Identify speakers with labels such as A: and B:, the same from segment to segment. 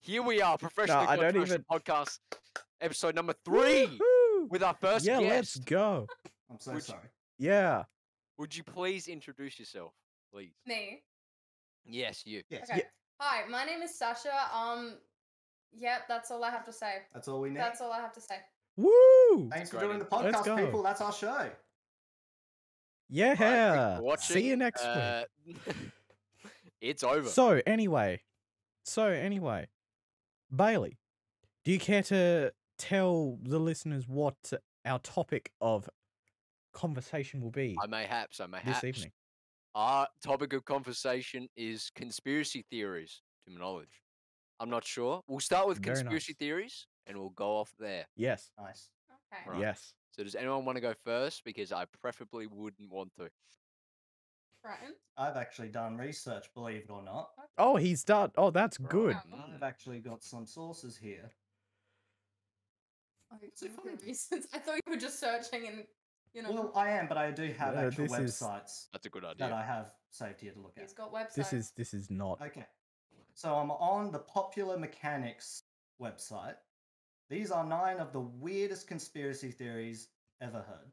A: Here we are, professional
B: I don't even-
A: podcast episode number three
B: Woohoo!
A: with our first
B: Yeah, let's
A: guest.
B: go.
C: I'm so
A: Would-
C: sorry.
B: Yeah.
A: Would you please introduce yourself, please?
D: Me.
A: Yes, you.
C: Yes,
D: Okay. Hi, my name is Sasha. Um, yep, that's all I have to say.
C: that's all we need.
D: That's all I have to say.
B: Woo!
C: Thanks for
A: Great.
C: doing the
B: Let's
C: podcast,
B: go.
C: people. That's our show.
A: Alright, thanks for
B: Yeah. See you
A: watching.
B: next
A: Uh, it's over.
B: week. So anyway, so anyway, Bailey, do you care to tell the listeners what our topic of conversation will be
A: I may haps, I may
B: this
A: haps.
B: evening?
A: Our topic of conversation is conspiracy theories, to my knowledge. I'm not sure. We'll start with
B: Very nice.
A: conspiracy theories and we'll go off there.
B: Yes.
C: Nice.
D: Okay.
A: Right.
B: Yes.
A: So, does anyone want to go first? Because I preferably wouldn't want to.
D: Brighton.
C: I've actually done research, believe it or not.
B: Oh, he's done. Oh, that's good.
A: Mm.
C: I've actually got some sources here.
D: Oh, you
C: So
D: look
C: funny.
D: at reasons. I thought you were just searching and you know
C: Well, I am, but I do have
B: No,
C: actual
B: this is-
C: websites
A: That's a good
C: that
A: idea.
C: I have saved here to look at.
D: he's got websites.
B: This is this is not.
C: Okay. So I'm on the Popular Mechanics website. These are nine of the weirdest conspiracy theories ever heard.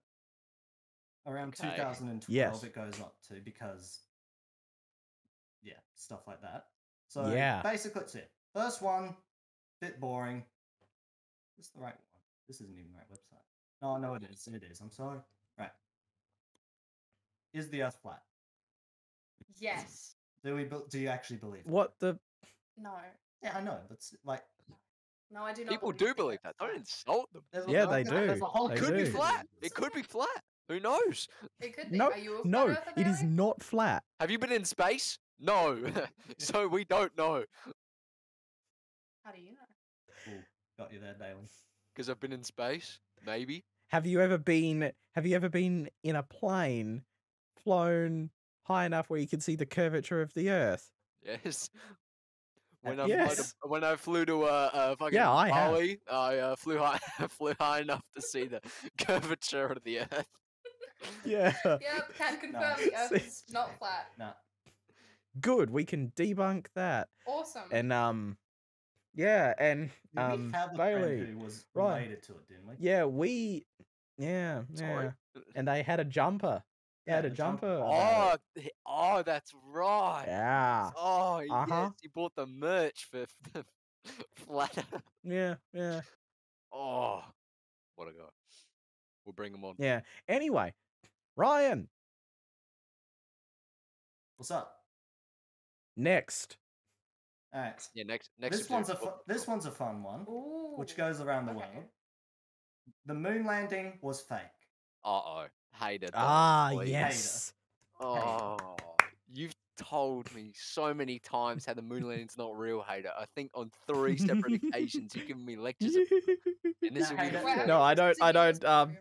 C: Around
A: Okay.
C: 2012,
B: Yes.
C: it goes up to because, yeah, stuff like that. So
B: Yeah.
C: basically, that's it. First one, bit boring. This is the right one. This isn't even the right website. No, no, it is. It is. I'm sorry. Right. Is the Earth flat?
D: yes.
C: Do we? bel do you actually believe? that?
B: What the?
D: No.
C: Yeah, I know. That's like
D: No, I do not.
A: People do believe that. Don't insult them.
C: There's
B: Yeah,
C: lot-
B: they
C: There's
B: do.
C: a whole
B: They
A: It could be
B: do.
A: flat. It could be flat. Who knows?
D: It could be.
B: No,
D: Are you a flat
B: No,
D: earther,
B: it is
D: Bailey?
B: not flat.
A: Have you been in space? No. so, we don't know
D: How do you know?
C: Ooh, got you there, Dalen.
A: because I've been in space. Maybe.
B: Have you ever been have you ever been in a plane flown high enough where you can see the curvature of the earth?
A: Yes.
C: Uh,
A: When I, flew to,
B: yes.
A: when I flew to uh, uh fucking
B: Yeah, I have.
A: Bali, I uh, flew high flew high enough to see the curvature of the earth.
B: Yeah.
D: Yep, can confirm the
B: See-
D: earth is not flat.
C: Nah,
B: Good, we can debunk that.
D: Awesome.
B: And um yeah, and
C: did we
B: um
C: have a friend
B: Bailey.
C: who was
B: Ryan.
C: related to it, didn't we?
B: Yeah, we yeah,
A: Sorry.
B: yeah. And they had a jumper. They
C: Yeah,
B: had a
C: the jumper.
B: jumper. about
A: Oh,
B: it.
A: th- oh, that's right.
B: Yeah.
A: Oh,
B: Uh-huh.
A: yes, you bought the merch for flat.
B: Yeah, yeah.
A: Oh, what a guy. We'll bring him on.
B: Yeah. Anyway, Ryan,
C: What's up?
B: next.
C: All right.
A: Yeah, next next.
C: This one's a
A: subject.
C: fu- this one's a fun one,
D: Ooh.
C: which goes around the
D: okay.
C: world. The moon landing was fake.
A: Uh oh, hater.
B: Ah,
A: please.
B: yes.
A: Oh, you've told me so many times how the moon landing's not real, hater. I think on three separate occasions you've given me lectures, of- and this
C: Nah,
A: will be the
C: hater.
D: Wait,
A: fourth.
B: No, I
D: okay,
B: don't-
D: so
B: I
D: you
B: don't,
D: just-
B: um,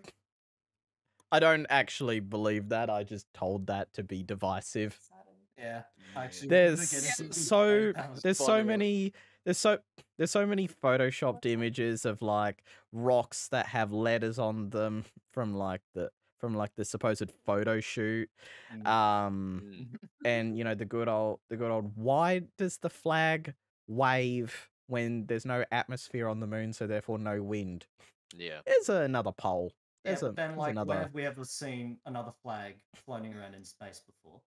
B: I don't actually believe that. I just told that to be divisive.
D: Excited.
C: Yeah. I Actually,
A: Yeah.
C: wanted to
B: There's
C: get
D: Yeah.
B: s-
C: into this
B: so
C: very bad.
B: there's so
A: Funny.
B: many there's so there's so many photoshopped images of like rocks that have letters on them from like the from like the supposed photo shoot.
C: Mm.
B: Um
A: Mm,
B: and you know the good old the good old why does the flag wave when there's no atmosphere on the moon so therefore no wind?
A: Yeah,
B: There's another poll.
C: Yeah,
B: There's, a,
C: but then,
B: there's
C: like,
B: another
C: when have we ever seen another flag floating around in space before?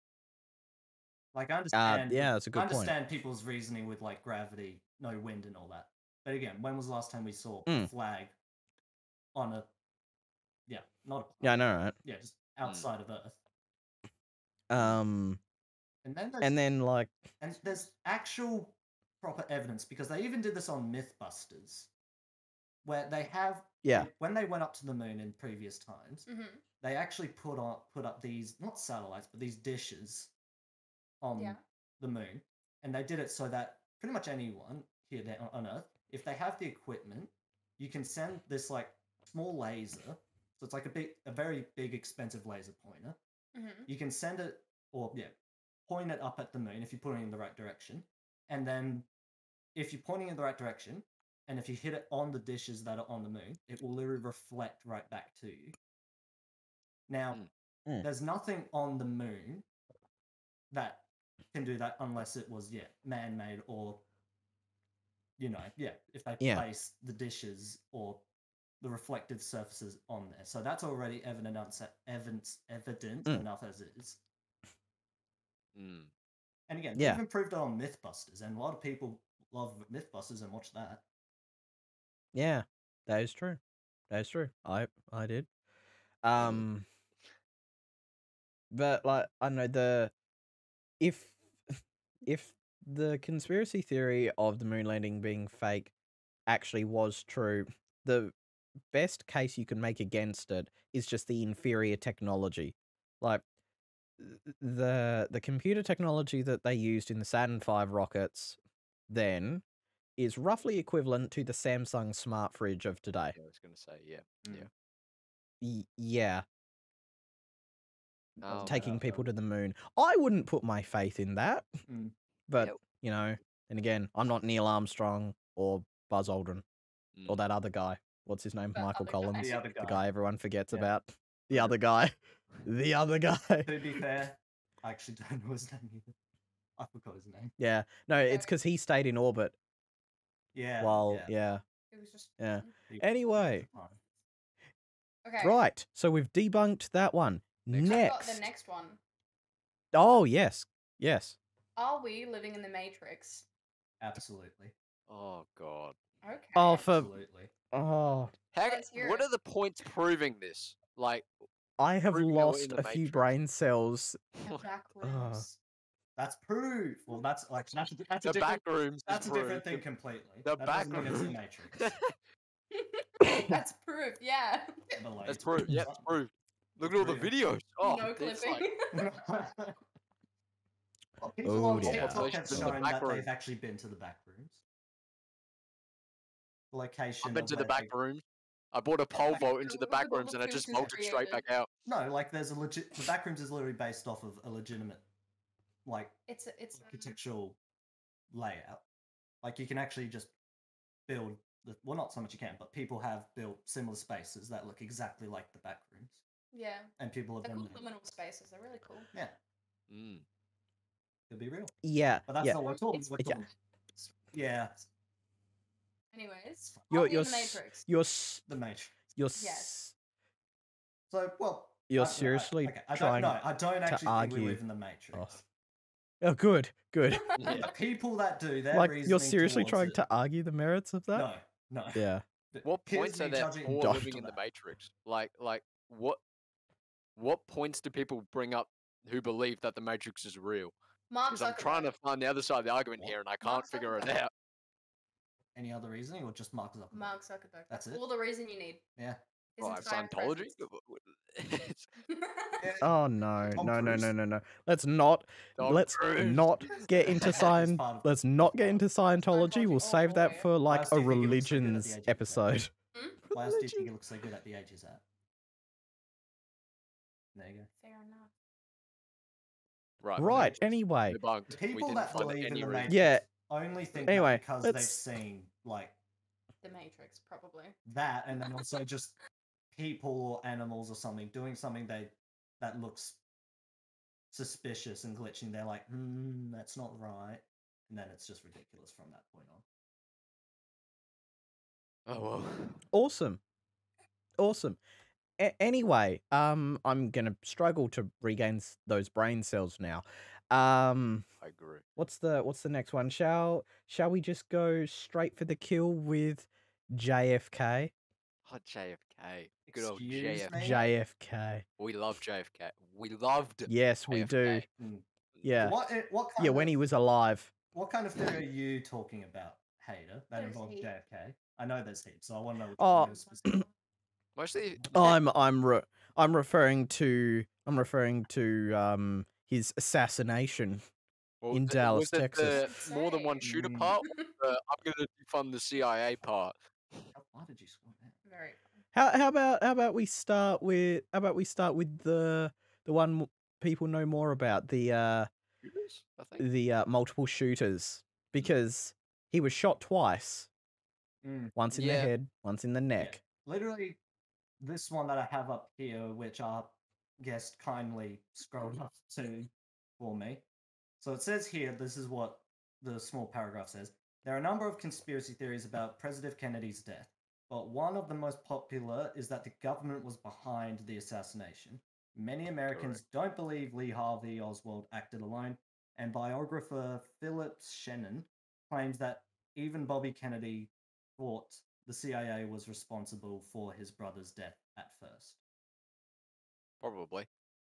C: Like, I
B: uh,
C: understand.
B: yeah, that's a
C: I
B: good point.
C: understand people's reasoning with like gravity, no wind, and all that. But again, when was the last time we saw
B: Mm.
C: a flag on a yeah, not a,
B: Yeah, I know, Hmm.
C: yeah, just outside of Earth?
B: right? Um
C: And then there's,
B: and then like
C: and there's actual proper evidence because they even did this on MythBusters, where they have
B: yeah,
C: when they went up to the moon in previous times,
D: Mhm.
C: they actually put on put up these not satellites but these dishes
B: Um,
C: on
D: Yeah.
C: the moon, and they did it so that pretty much anyone here da- on- on Earth, if they have the equipment, you can send this like small laser. So it's like a big, a very big, expensive laser pointer.
D: Mhm.
C: You can send it, or yeah, point it up at the moon if you put it in the right direction, and then if you're pointing in the right direction, and if you hit it on the dishes that are on the moon, it will literally reflect right back to you. Now,
A: Mm.
B: Mm.
C: there's nothing on the moon that can do that unless it was yeah man made or you know, yeah, if they
B: Yeah.
C: place the dishes or the reflective surfaces on there. So that's already evident enough, sa- evidence, evident
B: Mm.
C: enough as it is.
A: Mm.
C: And again,
B: Yeah.
C: they've improved it on MythBusters, and a lot of people love MythBusters and watch that.
B: Yeah, that is true. That is true. I I did. Um but like I don't know the if if the conspiracy theory of the moon landing being fake actually was true, the best case you can make against it is just the inferior technology. Like th- the the computer technology that they used in the Saturn V rockets then is roughly equivalent to the Samsung smart fridge of today.
A: Yeah, I was gonna say yeah.
B: Y- yeah,
C: Doesn't
A: Um,
C: matter,
B: taking
C: so-
B: people to the moon. I wouldn't put my faith in that,
C: Mm.
B: but
A: Nope.
B: you know, and again, I'm not Neil Armstrong or Buzz Aldrin or
A: Mm.
B: that other guy. What's his name?
D: That
B: Michael
D: other guy.
B: Collins,
C: The other
B: the
C: guy.
B: guy everyone forgets
C: Yeah.
B: about. The other guy, the other guy.
C: To be fair, I actually don't know his name either. I forgot his name.
B: Yeah, no, it's
D: Okay.
B: because he stayed in orbit.
C: Yeah.
B: while
C: yeah,
B: yeah.
D: It was just
B: Yeah.
D: fun.
C: he-
B: Anyway,
C: fine.
D: Okay.
B: right. So we've debunked that one.
A: Next.
D: I've got
B: Next,
D: the next one.
B: oh yes, yes.
D: Are we living in the Matrix?
C: Absolutely.
A: Oh god.
D: Okay.
B: Oh, for
C: Absolutely.
B: oh,
A: How,
D: Let's hear
A: what
D: it.
A: are the points proving this? Like,
B: I have
A: Proving that we're
B: lost
A: in
B: a
A: the
B: few
A: Matrix.
B: brain cells.
D: The back rooms.
C: That's proof. Well, that's like that's a, that's a
A: the
C: different,
A: back rooms. is
C: that's a
A: rude.
C: different
A: The-
C: thing completely.
A: the
C: that
A: back
C: doesn't mean it's the
A: room.
C: Matrix.
D: That's proof. Yeah.
C: but, like,
A: That's proof. Yeah, that's proof. Look at all the
C: Brilliant.
A: videos. Oh,
D: no
A: it's
D: clipping.
A: like-
C: Well, people on
B: dear.
C: TikTok have
A: Locations in the
C: shown
A: back
C: that
A: room.
C: they've actually been to the back rooms. The Location.
A: I've been
C: of
A: to the
C: where
A: back
C: they-
A: rooms. I bought a pole
D: Like,
A: vault
D: look
A: into
D: at
A: the
D: all
A: back
D: the
A: rooms and I just
D: filters
A: bolted straight back out.
C: No, like there's a legit. The back rooms is literally based off of a legitimate, like
D: It's a- it's um,
C: architectural layout. Like you can actually just build. The, well, not so much you can, but people have built similar spaces that look exactly like the back rooms,
D: yeah.
C: and people have
D: They're
C: done
D: called
C: that.
D: liminal spaces. They're really cool.
C: Yeah,
A: Mm.
C: it'll be real.
B: Yeah,
C: But Oh, that's
B: yeah.
C: not what we're talking.
D: It's-
C: We're
B: yeah.
C: talking- yeah,
D: Anyways, are
B: You're-
D: we in
B: you're
D: the
B: s-
D: Matrix.
B: You're s-
C: the Matrix.
B: you're
D: Yes.
B: yes.
C: So, well,
B: You're
C: I- I-
B: seriously
C: okay, I
B: trying
C: don't know. I don't actually think
B: argue.
C: we live in the Matrix.
B: Oh, good, good.
A: Yeah.
C: The people that do, their
B: like you're
C: reasoning
B: seriously
C: towards
B: trying
C: it-
B: to argue the merits of that?
C: No, no.
B: Yeah.
C: Th-
A: What
C: here's
A: points are
C: me
A: there
C: judging-
A: for
B: Doctor
A: living in the
C: that.
A: Matrix? Like, like what? What points do people bring up who believe that the Matrix is real?
D: Mark
A: Because I'm trying to
D: Zuckerberg.
A: find the other side of the argument here and I can't
D: Mark
A: figure it
D: Zuckerberg.
A: out.
C: Any other reasoning, or just mark it up?
D: Mark Zuckerberg.
C: That's
D: That's,
C: it?
D: all the reason you need.
C: Yeah.
D: His
A: Well,
D: entire
A: Oh, Scientology?
D: presence.
C: Yeah,
B: Oh no,
C: Tom
B: no, no, no,
C: Cruise.
B: no, no. Let's not
A: Tom
B: let's
A: Cruise.
B: not get into
C: It's
B: science.
C: part of-
B: Let's not get into Scientology.
D: Scientology,
B: We'll
D: oh
B: save
D: boy.
B: that for like
C: else do
B: a
C: you think it looks so good at the
B: religions
C: age of
B: episode.
C: Why else do you think it
B: Religion.
C: looks so good at the ages at? There you go.
D: Fair enough.
A: Right.
B: Right.
A: Matrix
B: Anyway,
A: Debunked. We
C: People
A: didn't
C: that
A: find
C: believe in
A: any
C: the
A: reason.
C: Matrix
B: Yeah.
C: only think
B: Anyway,
C: that because they've
B: let's-
C: seen like
D: The Matrix, probably.
C: that, and then also just people or animals or something doing something they that looks suspicious and glitching. They're like, hmm, that's not right, and then it's just ridiculous from that point on.
A: Oh, well.
B: awesome. Awesome. A- anyway, um I'm going to struggle to regain s- those brain cells now. Um
A: I agree.
B: What's the what's the next one? Shall shall we just go straight for the kill with JFK?
A: Hot JFK. Good old
C: Excuse
A: JFK.
C: me?
B: JFK.
A: We love JFK. We loved.
B: Yes, we do.
A: JFK.
C: Mm.
B: Yeah.
C: What? i- What kind
B: Yeah,
C: of,
B: when he was alive.
C: What kind of theory are you talking about, Hater? That
D: There's
C: involves
D: heaps.
C: JFK. I know there's heaps, so I want to know. which
B: Oh.
C: one you're specific-
A: Mostly.
B: I'm I'm re- I'm referring to I'm referring to um his assassination.
A: well,
B: in
A: th-
B: Dallas,
A: was it
B: Texas.
A: the more than one shooter
C: Mm.
A: part. or the I'm going to defund the CIA part.
C: Why did you swear that?
D: Very.
B: How how about how about we start with how about we start with the the one m- people know more about the uh
A: Shooters, I think.
B: the uh, multiple shooters because he was shot twice,
C: Mm.
B: once in the
A: Yeah.
B: head, once in the neck.
C: Literally, this one that I have up here, which our guest kindly scrolled up to for me. So it says here, this is what the small paragraph says. There are a number of conspiracy theories about President Kennedy's death, but one of the most popular is that the government was behind the assassination. Many Americans don't believe Lee Harvey Oswald acted alone, and biographer Philip Shannon claims that even Bobby Kennedy thought the CIA was responsible for his brother's death at first.
A: Probably.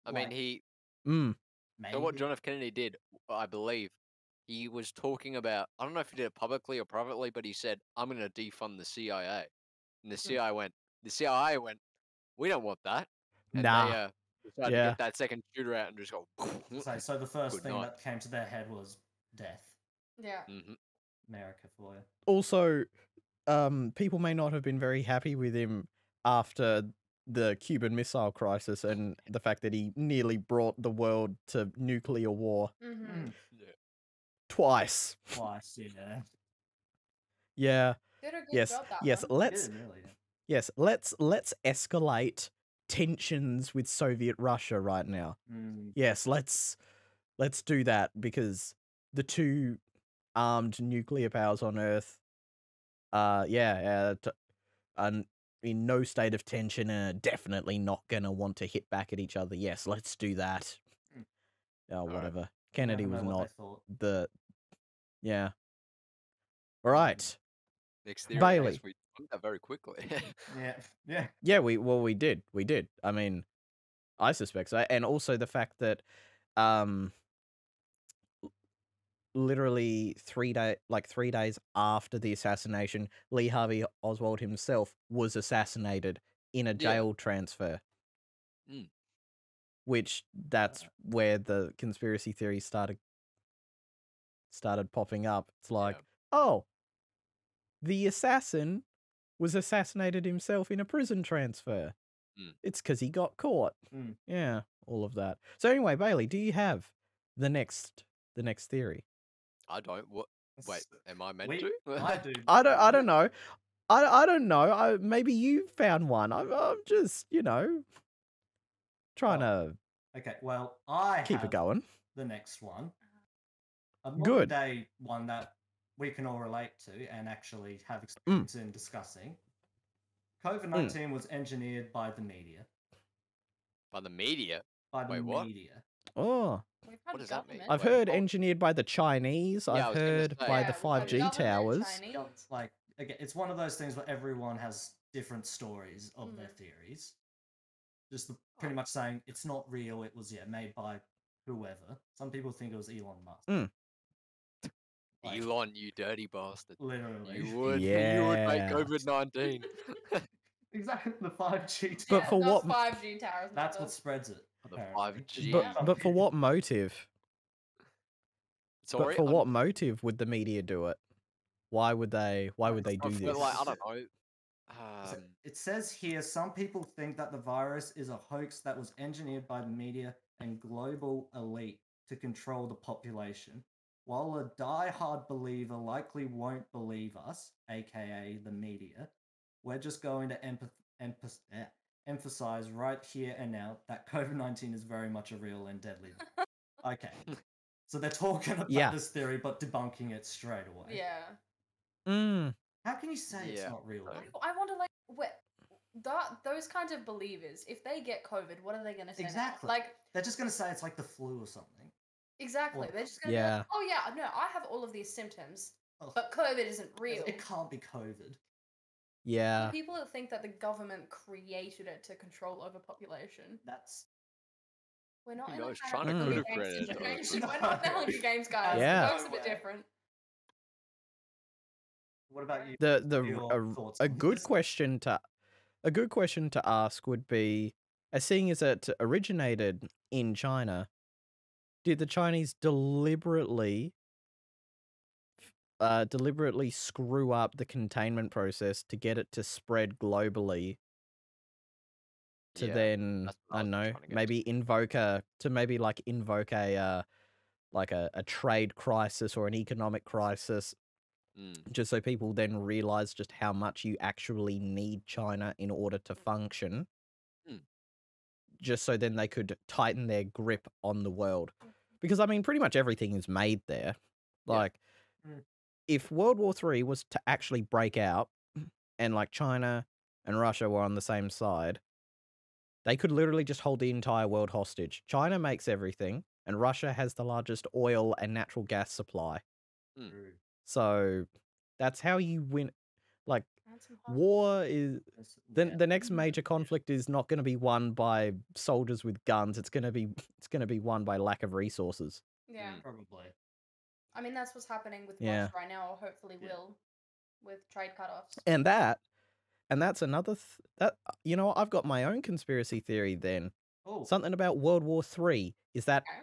A: I mean,
C: Like,
A: he.
B: Mm.
A: So what
C: maybe-
A: John F. Kennedy did, I believe, he was talking about. I don't know if he did it publicly or privately, but he said, "I'm going to defund the CIA," and
B: Hmm.
A: the CIA went. The CIA went. We don't want that. And
B: Nah.
A: They, uh, decided to
B: Yeah.
A: get that second shooter out and just go.
C: So, so the first
A: Good
C: thing
A: night.
C: that came to their head was death.
D: Yeah.
A: Mhm.
C: America for you.
B: also um people may not have been very happy with him after the Cuban missile crisis and the fact that he nearly brought the world to nuclear war
C: Mm.
D: Mm-hmm.
B: twice.
C: Twice, yeah.
B: Yeah.
D: Did a good
B: Yes.
D: job that
B: Yes,
D: one.
B: let's
C: Did, really.
B: yes, let's let's escalate tensions with Soviet Russia right now.
C: Mm,
B: Yes, let's let's do that because the two armed nuclear powers on Earth uh yeah, uh, t- un- in no state of tension and are definitely not going to want to hit back at each other. Yes, let's do that.
C: Mm.
B: Oh,
A: right.
B: whatever. Kennedy
C: I don't
B: was
C: know what
B: not
C: they thought.
B: the yeah. All right.
A: Next theory. I
B: Bailey.
A: guess we did that very quickly.
C: Yeah, yeah.
B: Yeah, we well we did. We did. I mean, I suspect so. And also the fact that um l- literally 3 day like 3 days after the assassination, Lee Harvey Oswald himself was assassinated in a jail transfer.
A: Mm.
B: Which that's where the conspiracy theories started started popping up. It's
A: Um,
B: like, "Oh, the assassin was assassinated himself in a prison transfer.
A: Mm.
B: It's because he got caught.
C: Mm.
B: Yeah, all of that. So anyway, Bailey, do you have the next the next theory?
A: I don't. What? Wait.
C: That's-
A: Am I meant
C: we-
A: to?
C: I do.
B: I don't I
C: but
B: don't know. I, I don't know. I, maybe you found one. I'm, I'm just you know trying
A: Oh,
B: to
C: Okay, well, I
B: keep
C: have
B: it going.
C: the next one. A
B: Good.
C: modern day one that we can all relate to and actually
B: Mm.
C: have experience in discussing. COVID 19 was engineered by the media.
A: By the media.
C: By the
A: Wait, what?
C: media.
B: Oh,
D: We've had
A: What does that mean?
D: government-
B: I've
A: Wait,
B: heard
A: oh.
B: engineered by the Chinese.
A: Yeah, I
B: I've
A: was gonna
B: heard
A: say.
B: by
A: Yeah,
B: the
D: we've had
B: five G
D: government
B: towers.
D: Chinese.
C: Yeah, it's like again, it's one of those things where everyone has different stories of their theories. Just the, pretty much saying it's not real. It was yeah made by whoever. Some people think it was Elon Musk.
B: Mm.
C: Like,
A: Elon, you dirty bastard.
C: literally,
A: You would. You would make
B: Yeah.
A: COVID nineteen.
C: exactly the five G.
B: But for what-
D: those 5G towers. and
C: That's what
D: stuff.
C: spreads it.
A: The
C: apparently.
A: 5G.
D: Yeah.
B: But but for what motive?
A: Sorry.
B: but for
A: I'm-
B: what motive would the media do it? Why would they? Why would they
A: I
B: do
A: feel
B: this?
A: Like, I don't know. Um,
C: So it says here some people think that the virus is a hoax that was engineered by the media and global elite to control the population. While a die-hard believer likely won't believe us, aka the media, we're just going to empath- empath- eh, emphasize right here and now that COVID 19 is very much a real and deadly. vi- okay. So they're talking about
B: Yeah.
C: this theory but debunking it straight away.
D: Yeah.
B: Mm,
C: How can you say it's
A: Yeah.
C: not real?
D: I,
C: though?
D: I wonder, like, what that those kinds of believers, if they get COVID, what are they going to say? now?
C: Exactly.
D: Like,
C: They're just going to say it's like the flu or something.
D: exactly.
C: Well,
D: They're just going to be
B: yeah.
D: like, oh yeah, no, I have all of these symptoms,
C: Ugh.
D: but COVID isn't
C: It's-
D: real.
C: Oh, It can't be COVID.
B: yeah.
D: People that think that the government created it to control overpopulation.
C: That's
D: We're not
A: Who
D: in a
A: knows?
D: kind of
B: China
D: Hunger
B: could've
D: Games
A: created it,
D: situation.
C: honestly.
D: We're not in the Hunger Games, guys.
B: Mm. Yeah.
D: That was a bit
C: No way.
D: different.
C: what about you?
B: The the
C: Your
B: a,
C: thoughts
B: a
C: on
B: good
C: this?
B: question to a good question to ask would be, as seeing as it originated in China, did the Chinese deliberately uh, deliberately screw up the containment process to get it to spread globally to
A: yeah.
B: then
A: that's what I
B: I
A: was
B: don't know
A: trying to get
B: maybe invoke a to maybe like invoke a uh, like a, a trade crisis or an economic crisis
A: Mm,
B: just so people then realize just how much you actually need China in order to function
A: Mm.
B: just so then they could tighten their grip on the world because I mean pretty much everything is made there
A: Yeah.
B: like
C: Mm.
B: if World War Three was to actually break out, and like China and Russia were on the same side, they could literally just hold the entire world hostage. China makes everything, and Russia has the largest oil and natural gas supply. Hmm.
C: True.
B: So that's how you win. Like
D: Oh.
B: war is
C: That's-
B: the
C: yeah.
B: the next major conflict is not going to be won by soldiers with guns. It's going to be it's going to be won by lack of resources.
D: Yeah.
C: Hmm.
A: Mm.
C: Probably.
D: I mean, that's what's happening with
B: Yeah.
D: Russia right now, or hopefully
C: Yeah.
D: will, with trade cutoffs.
B: and that and that's another th- that uh, you know i've got my own conspiracy theory then
C: Oh,
B: something about world war three is that
D: Okay.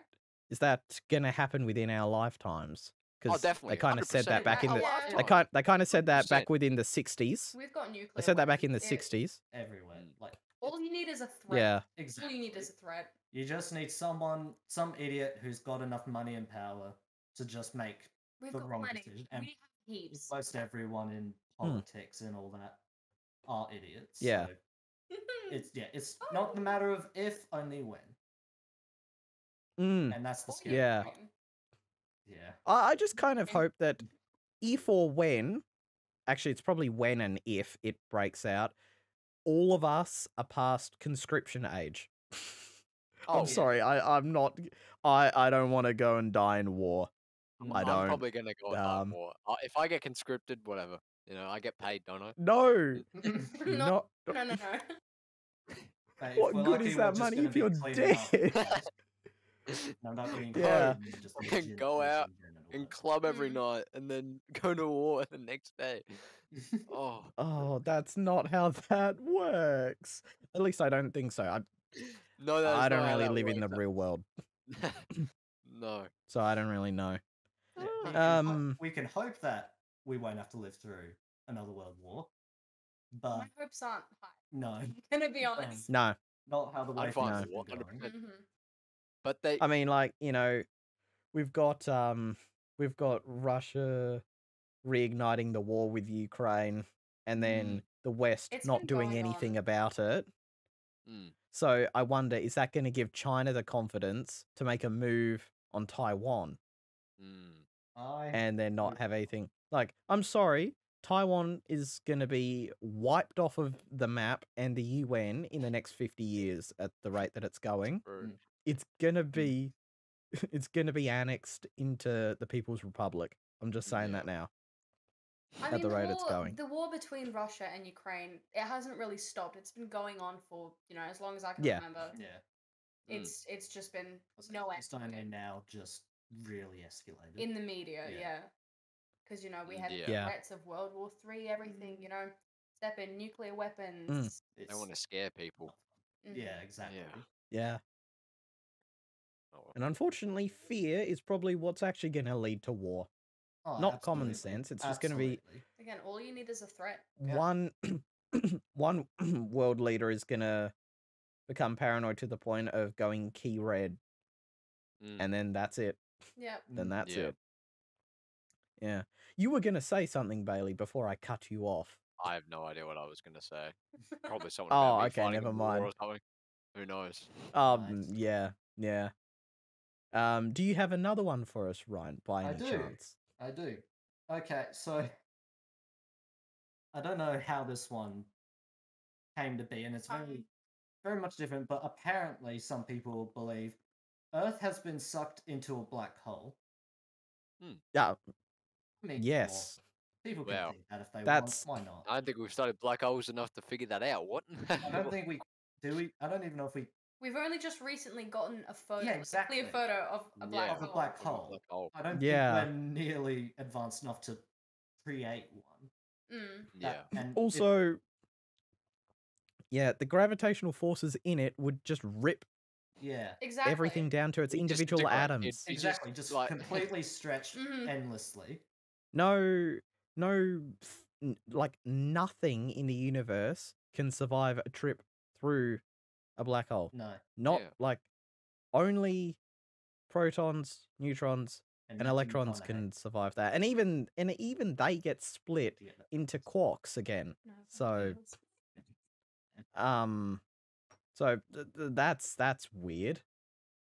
B: is that gonna happen within our lifetimes
A: Oh,
B: because
A: definitely.
B: they kind of said that back in the
D: Oh,
A: I
D: yeah.
B: they kind they kind of said that back
A: 100%.
B: within the 60s
D: We've got nuclear.
B: they said that back in the
D: weapons. It-
B: 60s
C: everywhere.
B: Hmm.
C: Like
D: All you need is a threat.
B: yeah
D: All
C: exactly.
D: you need is a threat.
C: You just need someone, some idiot who's got enough money and power to just make
D: We've
C: The
D: got
C: wrong
D: plenty.
C: decision, and-
D: we have heaps.
C: most everyone in politics and all that are idiots.
B: Hmm. Yeah.
C: so
D: Hmm.
C: it's yeah, it's not the matter of if, only when,
B: mm.
C: and that's the
D: All
C: scary.
D: you
B: Yeah.
D: need.
C: Yeah.
B: I, I just kind of
D: And-
B: hope that if or when actually it's probably when and if it breaks out all of us are past conscription age
A: Oh,
B: I'm sorry. I, I'm not. I, I don't want to go and die in war. I
A: I'm
B: don't.
A: probably gonna go with
B: um,
A: um, war. I- If I get conscripted, whatever. You know, I get paid, don't I?
B: No,
D: No.
B: not.
D: No, no, no.
C: But if
B: What
C: we're
B: good
C: lucky,
B: is
C: we're
B: that
C: just
B: money
C: gonna
B: if
C: be
B: you're
C: cleaning up
B: dead?
C: after this. No, not being clean,
B: Yeah.
C: we're just
A: And
C: legit
A: go out
C: cleaning up after
A: And club every
D: Mm.
A: night, and then go to war the next day.
C: this.
A: Oh,
B: Oh, that's not how that works. At least I don't think so. I,
A: no, that is
B: I
A: not
B: don't
A: how
B: really
A: that
B: live in the
A: works.
B: real world,
A: no.
B: so I don't really know.
C: Yeah, we can ho-
B: Um,
C: we can hope that we won't have to live through another world war,
D: My
C: but
D: hopes aren't high.
C: no,
D: I'm gonna be honest.
B: No,
C: not how the way
A: I'd
C: things
A: find
C: have
A: the war,
C: been going.
A: 100%.
D: Mhm.
A: But they,
B: I mean, like you know, we've got um, we've got Russia reigniting the war with Ukraine, and then the West
D: Mm. It's
B: not
D: been
B: doing
D: going
B: anything
D: on.
B: about it.
A: Mm.
B: So I wonder, is that going to give China the confidence to make a move on Taiwan
A: mm,
D: Eh,
C: I
B: and then not
C: Mm.
B: have anything? Like, I'm sorry, Taiwan is going to be wiped off of the map and the UN in the next 50 years at the rate that it's going.
A: true.
B: It's going
C: Mm.
B: to be. It's going to be annexed into the People's Republic. I'm just saying
A: Yeah.
B: that now.
D: I
B: at
D: mean,
B: the
D: the
B: rate
D: war,
B: it's going.
D: The war between Russia and Ukraine, it hasn't really stopped. It's been going on for you know as long as I can
B: Yeah.
D: remember.
C: yeah,
A: Mm.
D: It's it's just been
C: it's
D: no end
C: Pakistan and now just really escalated.
D: in the media,
C: Yeah.
D: yeah. Because you know we had
A: Yeah.
D: the
B: Yeah.
D: threats of World War Three, everything
C: Mm.
D: you know, step in nuclear weapons.
B: Mm.
A: They
C: It's-
A: want to scare people.
D: mhm.
C: yeah, exactly.
B: Yeah.
A: Oh, well.
B: And unfortunately, fear is probably what's actually going to lead to war.
C: Oh,
B: Not common
C: absolutely.
B: sense, it's just gonna be-
C: Absolutely.
D: Again, all you need is a threat.
C: Yeah.
B: one one world leader is gonna become paranoid to the point of going key red,
A: Mm.
B: and then that's it.
D: Yeah.
B: Then
C: Mm,
B: that's
A: yeah.
B: it. Yeah, you were gonna say something, Bailey, before I cut you off.
A: I have no idea what I was gonna say. Probably something.
B: Oh,
A: about me
B: okay,
A: fighting a
B: never
A: war
B: mind.
A: Or something. Who knows?
B: Um,
C: Nice.
B: yeah, yeah. Um, do you have another one for us, Ryan? By
C: I
B: any
C: do.
B: chance?
C: I do. Okay, so I don't know how this one came to be, and it's very,
D: Um,
C: very much different. But apparently, some people believe Earth has been sucked into a black hole.
B: Yeah.
C: I mean, come on,
B: Yes.
C: people can
A: Wow.
C: think that if they
B: That's-
C: want. Why not?
A: I don't think we've studied black holes enough to figure that out. What?
C: I don't think we do. We I don't even know if we
D: We've only just recently gotten a photo, a
C: exactly.
D: clear photo of a black
A: Yeah.
C: of a
D: hole.
C: black
A: Like a
C: hole.
B: Oh,
A: black hole.
C: I don't
B: Yeah.
C: think we're nearly advanced enough to create one.
D: Mm.
A: Yeah.
C: That- and if-
B: Also, yeah, the gravitational forces in it would just rip
C: yeah,
D: Exactly.
B: everything down to its
A: It'd just
B: individual
A: degrade. It'd-
B: atoms.
A: You just,
C: exactly, just,
A: like- Mm-hmm.
C: completely stretched
D: Mhm.
C: endlessly.
B: no no f- n- like nothing in the universe can survive a trip through a black hole
C: No,
B: not
A: Yeah.
B: like only protons neutrons and
C: nothing
B: electrons
C: kinda
B: can
C: happens
B: survive that and even and even they get split
C: to get that.
B: into quarks again
D: No, it's
B: So-
D: ridiculous.
B: um so th- th- that's that's weird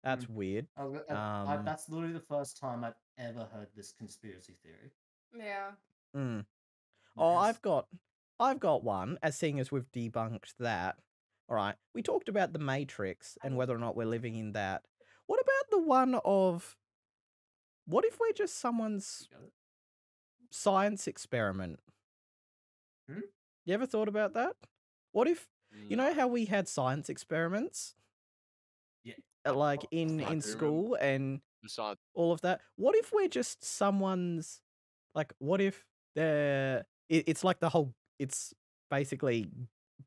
B: that's weird
C: Mm. I was gonna- I- I-
B: Um,
C: that's literally the first time I've ever heard this conspiracy theory.
D: Yeah.
B: Mm. Oh,
C: Yes.
B: I've got, I've got one. As seeing as we've debunked that, all right. We talked about the Matrix and whether or not we're living in that. What about the one of, what if we're just someone's
C: Got it.
B: science experiment?
C: Hmm?
B: You ever thought about that? What if you know
A: No.
B: how we had science experiments?
C: Yeah.
B: Uh, Like in
A: I
B: in
A: do remember.
B: school and
A: Besides,
B: all of that. What if we're just someone's like what if they're it, it's like the whole it's basically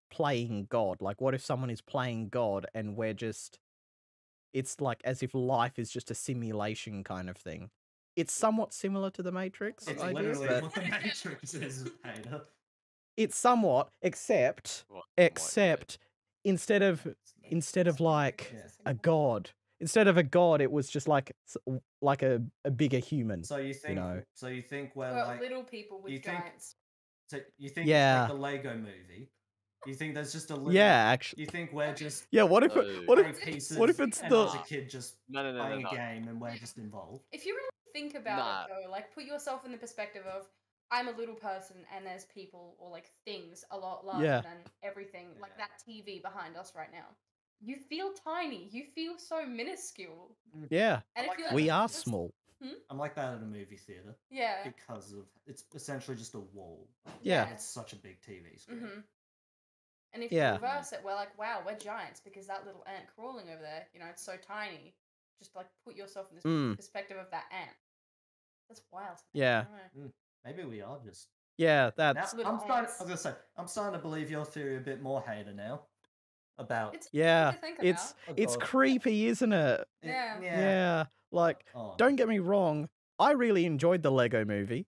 B: playing God. Like what if someone is playing God and we're just it's like as if life is just a simulation kind of thing. It's somewhat similar to the Matrix.
C: It's
B: I guess,
C: literally
B: but-
C: what the Matrix is, Peter.
B: it's somewhat, except
A: what- what is it?
B: except instead of instead of like
C: Yeah.
B: a god, instead of a god, it was just like s- w- like a, a bigger human.
C: So you think?
B: know.
C: So you think we're
D: Well,
C: like?
D: little people with
C: you think-
D: giants.
C: So you think
B: Yeah.
C: like the Lego Movie? You think there's just a little,
B: yeah, actually,
C: You think we're just
B: yeah. What if
A: Oh.
B: it, what if
C: playing pieces?
B: what if it's
C: and
B: the-
C: there's a kid just
A: No, no, no, no,
C: playing
A: no.
C: a game and we're just involved?
D: If you really think about it, though, like put yourself in the perspective of I'm a little person and there's people or like things a lot larger
B: Yeah.
D: than everything, like
C: Yeah.
D: that TV behind us right now. You feel tiny. You feel so minuscule.
B: yeah?
D: And
C: like
D: if you
C: that.
B: We are
D: just-
B: small.
C: I'm like that at a movie theater
D: Yeah.
C: because of it's essentially just a wall.
B: Yeah.
C: And it's such a big TV screen.
D: hmm And if
B: Yeah.
D: you reverse it, we're like, wow, we're giants because that little ant crawling over there, you know, it's so tiny. Just like put yourself in this
B: Mm.
D: perspective of that ant. That's wild.
B: Yeah,
D: Alright.
C: Maybe we are just.
B: yeah.
C: Now,
B: That's
D: With
C: I'm starting. I was
D: ants.
C: gonna say I'm starting to believe your theory a bit more, Hater. Now about
D: It's
B: yeah.
D: something to think
B: It's
D: about.
C: a
B: it's
C: god.
B: creepy, isn't it?
C: It-
D: Yeah.
B: Yeah. Like,
C: Oh,
B: don't get me wrong. I really enjoyed the Lego Movie.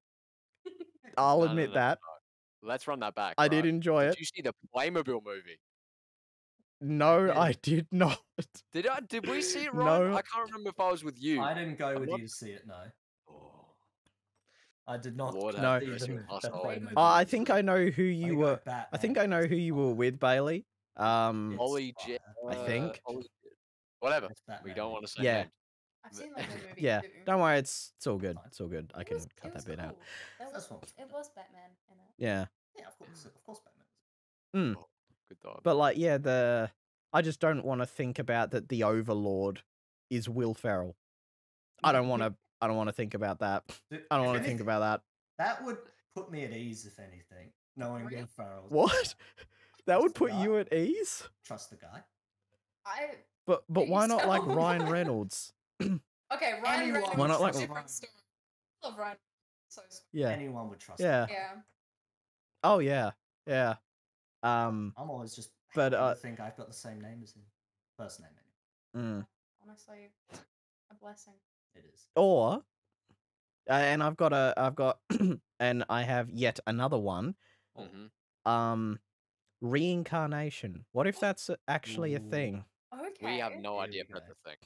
B: I'll
A: No, no,
B: admit
A: no,
B: that
A: no. Let's run that back.
B: I
A: right?
B: did enjoy
A: Did
B: it.
A: you see the Playmobil movie?
B: No,
C: did.
B: I did not.
A: Did I? Did we see it right?
B: No.
A: I can't remember if I was with you.
C: I didn't go with
A: not-
C: you to see it. No,
A: Oh,
C: I did not.
A: Lord
C: go
B: No.
A: have
C: see
A: mercy
C: the-
A: on us
C: the
A: all.
C: Playmobil
B: Uh, I
C: movie.
B: think I know who
C: I
B: you
C: think
B: were.
C: Batman.
B: I think I know who you were with, Bailey. Um,
C: It's
A: Ollie J.
C: Batman.
B: I
A: uh,
B: think.
A: Ollie- Whatever.
C: It's Batman.
A: We don't want to say
B: Yeah.
A: names.
D: I've seen like the movie
B: yeah,
D: too.
B: don't worry, it's it's all good.
C: fine.
B: It's all good. I
D: It
B: can
D: was- it
B: cut
D: was
B: that bit out.
D: cool. That
C: That's
D: was,
C: what I'm
D: it was Batman in it.
B: Yeah,
C: Yeah, of course, of course, Batman.
A: Good thought.
B: but like, yeah, the I just don't want to think about that. The Overlord is Will Ferrell. I don't want to. I don't want to think about that.
C: Th-
B: I don't
C: if
B: want to think
C: anything,
B: about that.
C: That would put me at ease, if anything, knowing
D: Really?
C: Will Ferrell.
B: What? That would
C: Just
B: put
C: not.
B: you at ease.
C: Trust the guy.
D: I
B: But but why not like
D: Yourself.
B: Ryan Reynolds?
D: okay, Ryan
C: Anyone
D: Reynolds.
B: Why not
D: is a
B: like-
D: different story. I love Ryan. So so-
B: Yeah,
C: Anyone would trust.
B: yeah.
C: Him.
D: yeah.
B: Oh yeah, yeah. Um,
C: I'm always just.
B: But,
C: But I
B: uh,
C: think I've got the same name as him. First name. anyway.
B: mm.
D: Honestly, a blessing.
C: It is.
B: or uh, and i've got a i've got and i have yet another one
A: Mhm.
B: um reincarnation what if that's a- actually a
C: Ooh.
B: thing
D: Okay.
A: We have no
C: Here
A: idea
C: we
A: about
C: go.
A: the thing.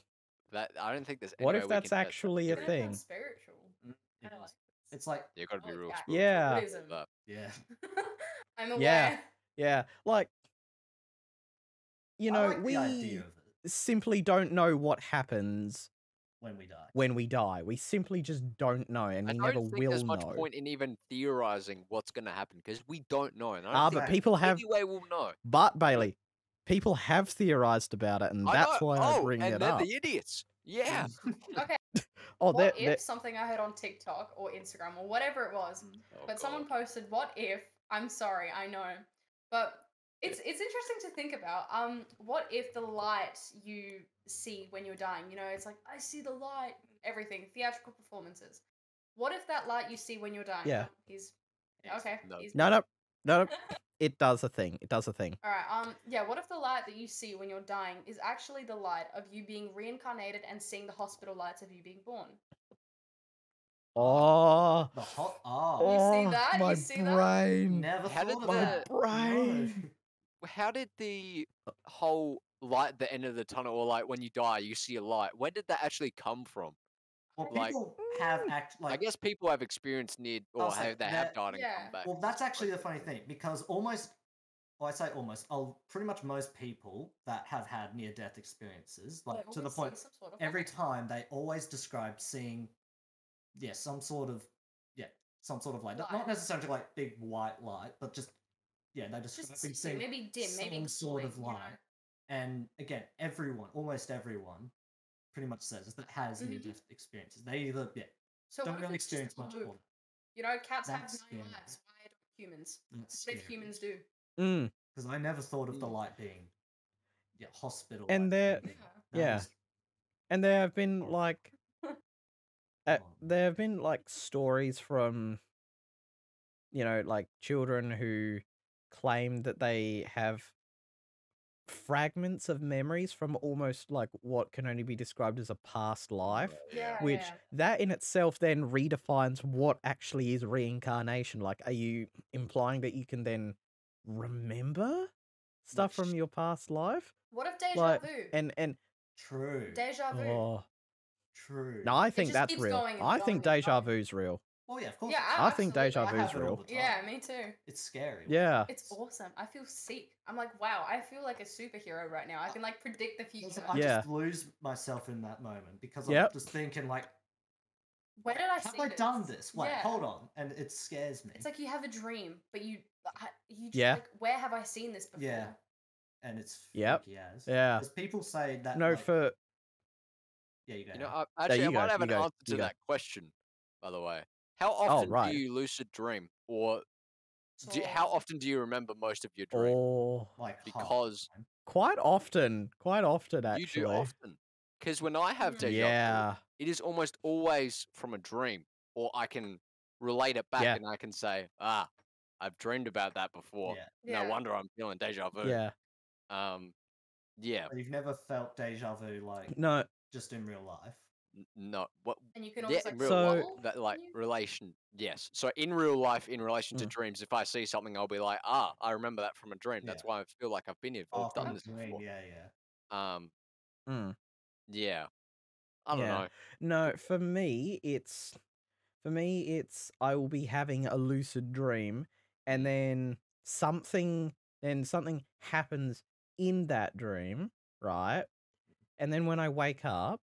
A: That I don't think there's. any
B: what
A: way
B: if
A: we can
B: that's
A: test that.
B: actually a
D: Even if that's
B: thing
D: Spiritual.
C: Mm, it
D: I like
C: is. It's like
A: You gotta be
D: Oh,
A: real.
D: yeah.
A: spiritual
B: Yeah.
A: about
D: Buddhism.
A: that.
C: yeah.
D: I'm aware.
B: Yeah. yeah like you
C: I
B: know
C: like
B: we
C: the idea of it
B: simply don't know what happens
C: when we die.
B: when we die we simply just don't know and
A: I
B: we
A: don't
B: never
A: think
B: will
A: there's much
B: know
A: point in even theorizing what's going to happen because we don't know. And I don't
B: ah
A: think
B: but
C: Exactly.
B: people have
A: anyway we'll know.
B: but bailey people have theorized about it and
A: I
B: that's
A: know-
B: why
A: oh,
B: i bring
A: and
B: it
A: they're
B: up
A: the idiots. Yeah.
B: oh
D: what
B: that
D: if something I heard on TikTok or Instagram or whatever it was,
A: Oh,
D: but someone
A: God.
D: posted, "What if?" I'm sorry, I know, but it's it's interesting to think about. Um, what if the light you see when you're dying? You know, it's like I see the light. Everything theatrical performances. What if that light you see when you're dying?
B: Yeah.
D: Oh, He's
C: Yes.
D: okay.
A: No.
D: He's,
B: no no no no it does a thing it does a thing
D: All right. Um. Yeah. What if the light that you see when you're dying is actually the light of you being reincarnated and seeing the hospital lights of you being born?
B: Oh,
C: The hot ah.
D: You
B: oh,
D: see that? You
B: my
D: see that?
B: brain.
C: Never
A: How did
C: thought of
A: the-
C: that. No.
B: brain.
A: How did the
B: Uh
A: whole light at the end of the tunnel, or like when you die, you see a light? Where did that actually come from?
C: Well,
A: Like-
C: people have act like
A: I guess people have experienced near,
C: I'll
A: or
C: say
A: have, they
C: that-
A: have died and
D: Yeah.
A: come back.
C: Well, that's actually the funny thing because almost, well, I say almost, oh, pretty much most people that have had near death experiences,
D: They
C: like to the
D: always see
C: point,
D: some sort of
C: every
D: light.
C: time they always described seeing, yeah, some sort of, yeah, some sort of light. Not- Not
D: Light.
C: necessarily like big white light, but just yeah, they just,
D: Just
C: describing things.
D: dim, maybe dim, maybe
C: some sort
D: glowing,
C: of
D: you know?
C: light. And again, everyone, almost everyone, pretty much says that has
D: Mhm.
C: near-death experiences. They either yeah
D: So
C: don't
D: what if
C: really
D: it's just
C: experience much.
D: a
C: Or
D: loop? You know, cats have
C: That's
D: nine
C: scary.
D: lives. Why don't humans?
C: that's
D: What if humans Mm-hmm. do?
B: Mm.
C: Because I never thought of the
A: Mm.
C: light being yeah hospital.
B: And they're- yeah. And there have been
C: Oh.
B: like uh,
C: Oh.
B: there have been like stories from you know like children who claim that they have fragments of memories from almost like what can only be described as a past life
D: Yeah.
B: which
D: yeah.
B: that in itself then redefines what actually is reincarnation like are you implying that you can then remember stuff from your past life
D: What if deja
B: like,
D: vu?
B: and and
C: True.
D: Deja vu.
B: oh
C: True.
B: no i think
D: just
B: that's
D: keeps
B: real
D: going and
B: i
D: going
B: think
D: and
B: deja
D: going.
B: vu's real
C: Well, yeah, of course.
D: Yeah,
C: it's-
D: I-
B: i think deja
D: absolutely,
C: I
B: vu's
C: have it all
B: real
C: the time.
D: Yeah, me too.
C: It's scary.
B: yeah
D: It's awesome. I feel sick. I'm like, wow, I feel like a superhero right now. I
C: Uh,
D: can like predict the
C: Because
D: future.
C: I
B: Yeah.
C: just lose myself in that moment because
B: Yep.
C: I'm just thinking like,
D: Where did I
C: have
D: see
C: I
D: this?
C: done this? Wait,
D: Yeah.
C: hold on, and it scares me.
D: It's like you have a dream, but you, I- you just
B: Yeah.
D: like, where have I seen this before?
C: Yeah. and it's
B: Yep.
C: freaky as.
B: yeah
C: Because people say that.
B: no
C: like-
B: for
C: yeah, you go.
A: You know,
C: ahead.
A: I, actually,
B: you
A: I might
B: go,
A: have
B: you
A: an
B: go,
A: answer
B: you
A: to
B: go. Oh,
A: that question, by the way. How often
B: right.
A: do you lucid dream, or do,
D: So-
A: how often do you remember most of your dream?
B: oh
C: like half the
A: because
C: time.
B: quite often quite often actually
A: you do often. Because when I have
D: Mm.
C: Hmm.
A: deja vu,
B: yeah
A: it is almost always from a dream, or I can relate it back
B: Yeah.
A: and I can say, ah, I've dreamed about that before.
C: Yeah.
A: No wonder I'm feeling deja vu.
B: yeah
A: Um, yeah.
C: But you've never felt deja vu like
B: no
C: just in real life.
A: n- No. What?
D: And you can
A: Yeah,
D: always
A: in
D: like
A: real
B: So-
A: life,
D: swallow,
A: that
D: can
A: like
D: you?
A: relation. Yes. So in real life, in relation to
B: Mm.
A: dreams, if I see something, I'll be like, ah, I remember that from a dream. That's why I feel like I've been here.
B: Oh,
A: I've
C: After
A: done
C: the
A: this
C: dream,
A: before.
C: Yeah, yeah.
A: Um.
B: mm.
A: Yeah. I don't
B: Yeah.
A: know.
B: No, for me, it's for me, it's I will be having a lucid dream, and then something, then something happens in that dream, right? And then when I wake up,